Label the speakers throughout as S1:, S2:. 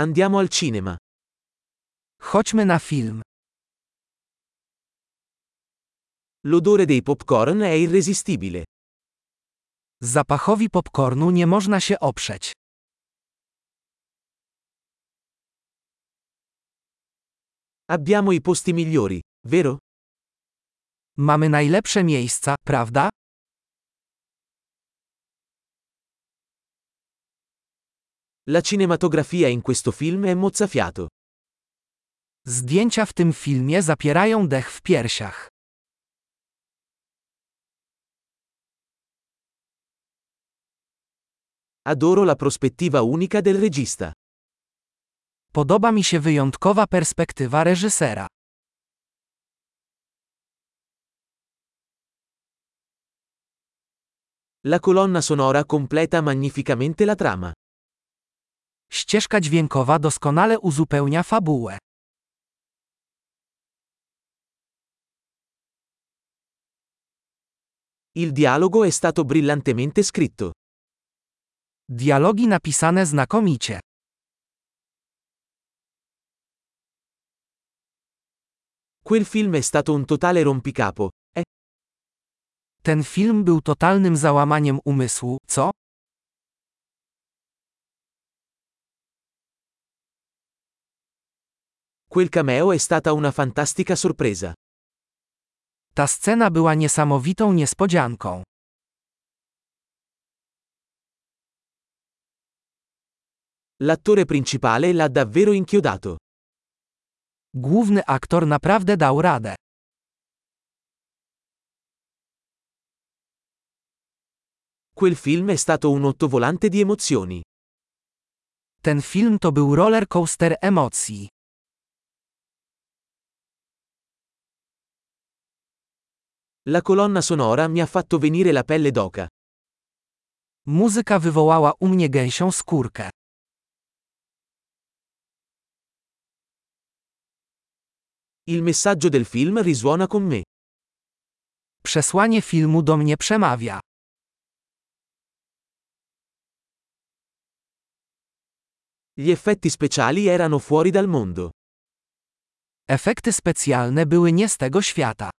S1: Andiamo al cinema.
S2: Chodźmy na film.
S1: L'odore dei popcorn è irresistibile.
S2: Zapachowi popcornu nie można się oprzeć.
S1: Abbiamo i posti migliori, vero?
S2: Mamy najlepsze miejsca, prawda?
S1: La cinematografia in questo film è mozzafiato.
S2: Zdjęcia w tym filmie zapierają dech w piersiach.
S1: Adoro la prospettiva unica del regista.
S2: Podoba mi się wyjątkowa perspektywa reżysera.
S1: La colonna sonora completa magnificamente la trama.
S2: Ścieżka dźwiękowa doskonale uzupełnia fabułę.
S1: Il dialogo è stato brillantemente scritto.
S2: Dialogi napisane znakomicie.
S1: Quel film è stato un totale rompicapo, eh?
S2: Ten film był totalnym załamaniem umysłu, co?
S1: Quel cameo è stata una fantastica sorpresa.
S2: Ta scena była niesamowitą niespodzianką.
S1: L'attore principale l'ha davvero inchiodato.
S2: Główny aktor naprawdę dał radę.
S1: Quel film è stato un ottovolante di emozioni.
S2: Ten film to był roller coaster emocji.
S1: La colonna sonora mi ha fatto venire la pelle d'oca.
S2: Muzyka wywołała u mnie gęsią skórkę.
S1: Il messaggio del film risuona con me.
S2: Przesłanie filmu do mnie przemawia.
S1: Gli effetti speciali erano fuori dal mondo.
S2: Efekty specjalne były nie z tego świata.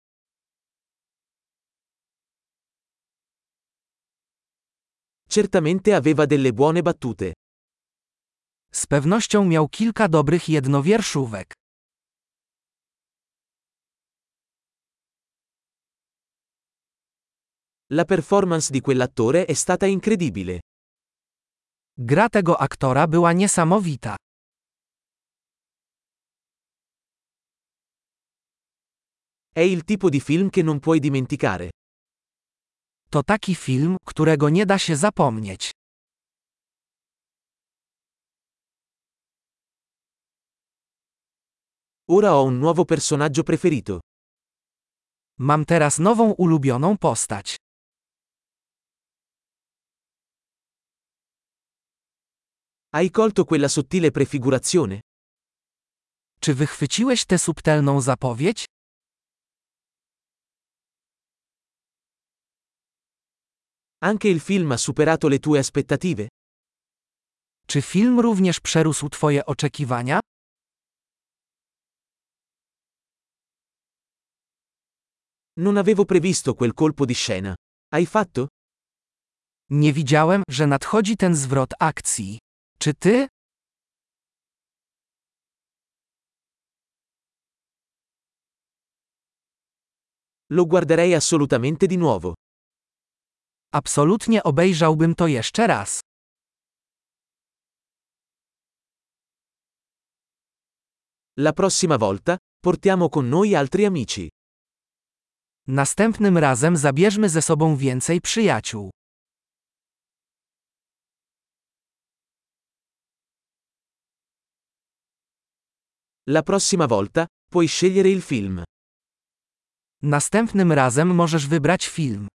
S1: Certamente aveva delle buone battute.
S2: Z pewnością miał kilka dobrych jednowierszówek.
S1: La performance di quell'attore è stata incredibile.
S2: Gra tego aktora była niesamowita.
S1: È il tipo di film che non puoi dimenticare.
S2: To taki film, którego nie da się zapomnieć.
S1: Ora ho un nuovo personaggio preferito.
S2: Mam teraz nową ulubioną postać.
S1: Hai colto quella sottile prefigurazione?
S2: Czy wychwyciłeś tę subtelną zapowiedź?
S1: Anche il film ha superato le tue aspettative?
S2: Czy film również przerósł Twoje oczekiwania?
S1: Non avevo previsto quel colpo di scena. Hai fatto?
S2: Nie widziałem, że nadchodzi ten zwrot akcji. Czy ty?
S1: Lo guarderei assolutamente di nuovo.
S2: Absolutnie obejrzałbym to jeszcze raz.
S1: La prossima volta, portiamo con noi altri amici.
S2: Następnym razem zabierzmy ze sobą więcej przyjaciół.
S1: La prossima volta, puoi scegliere il film.
S2: Następnym razem możesz wybrać film.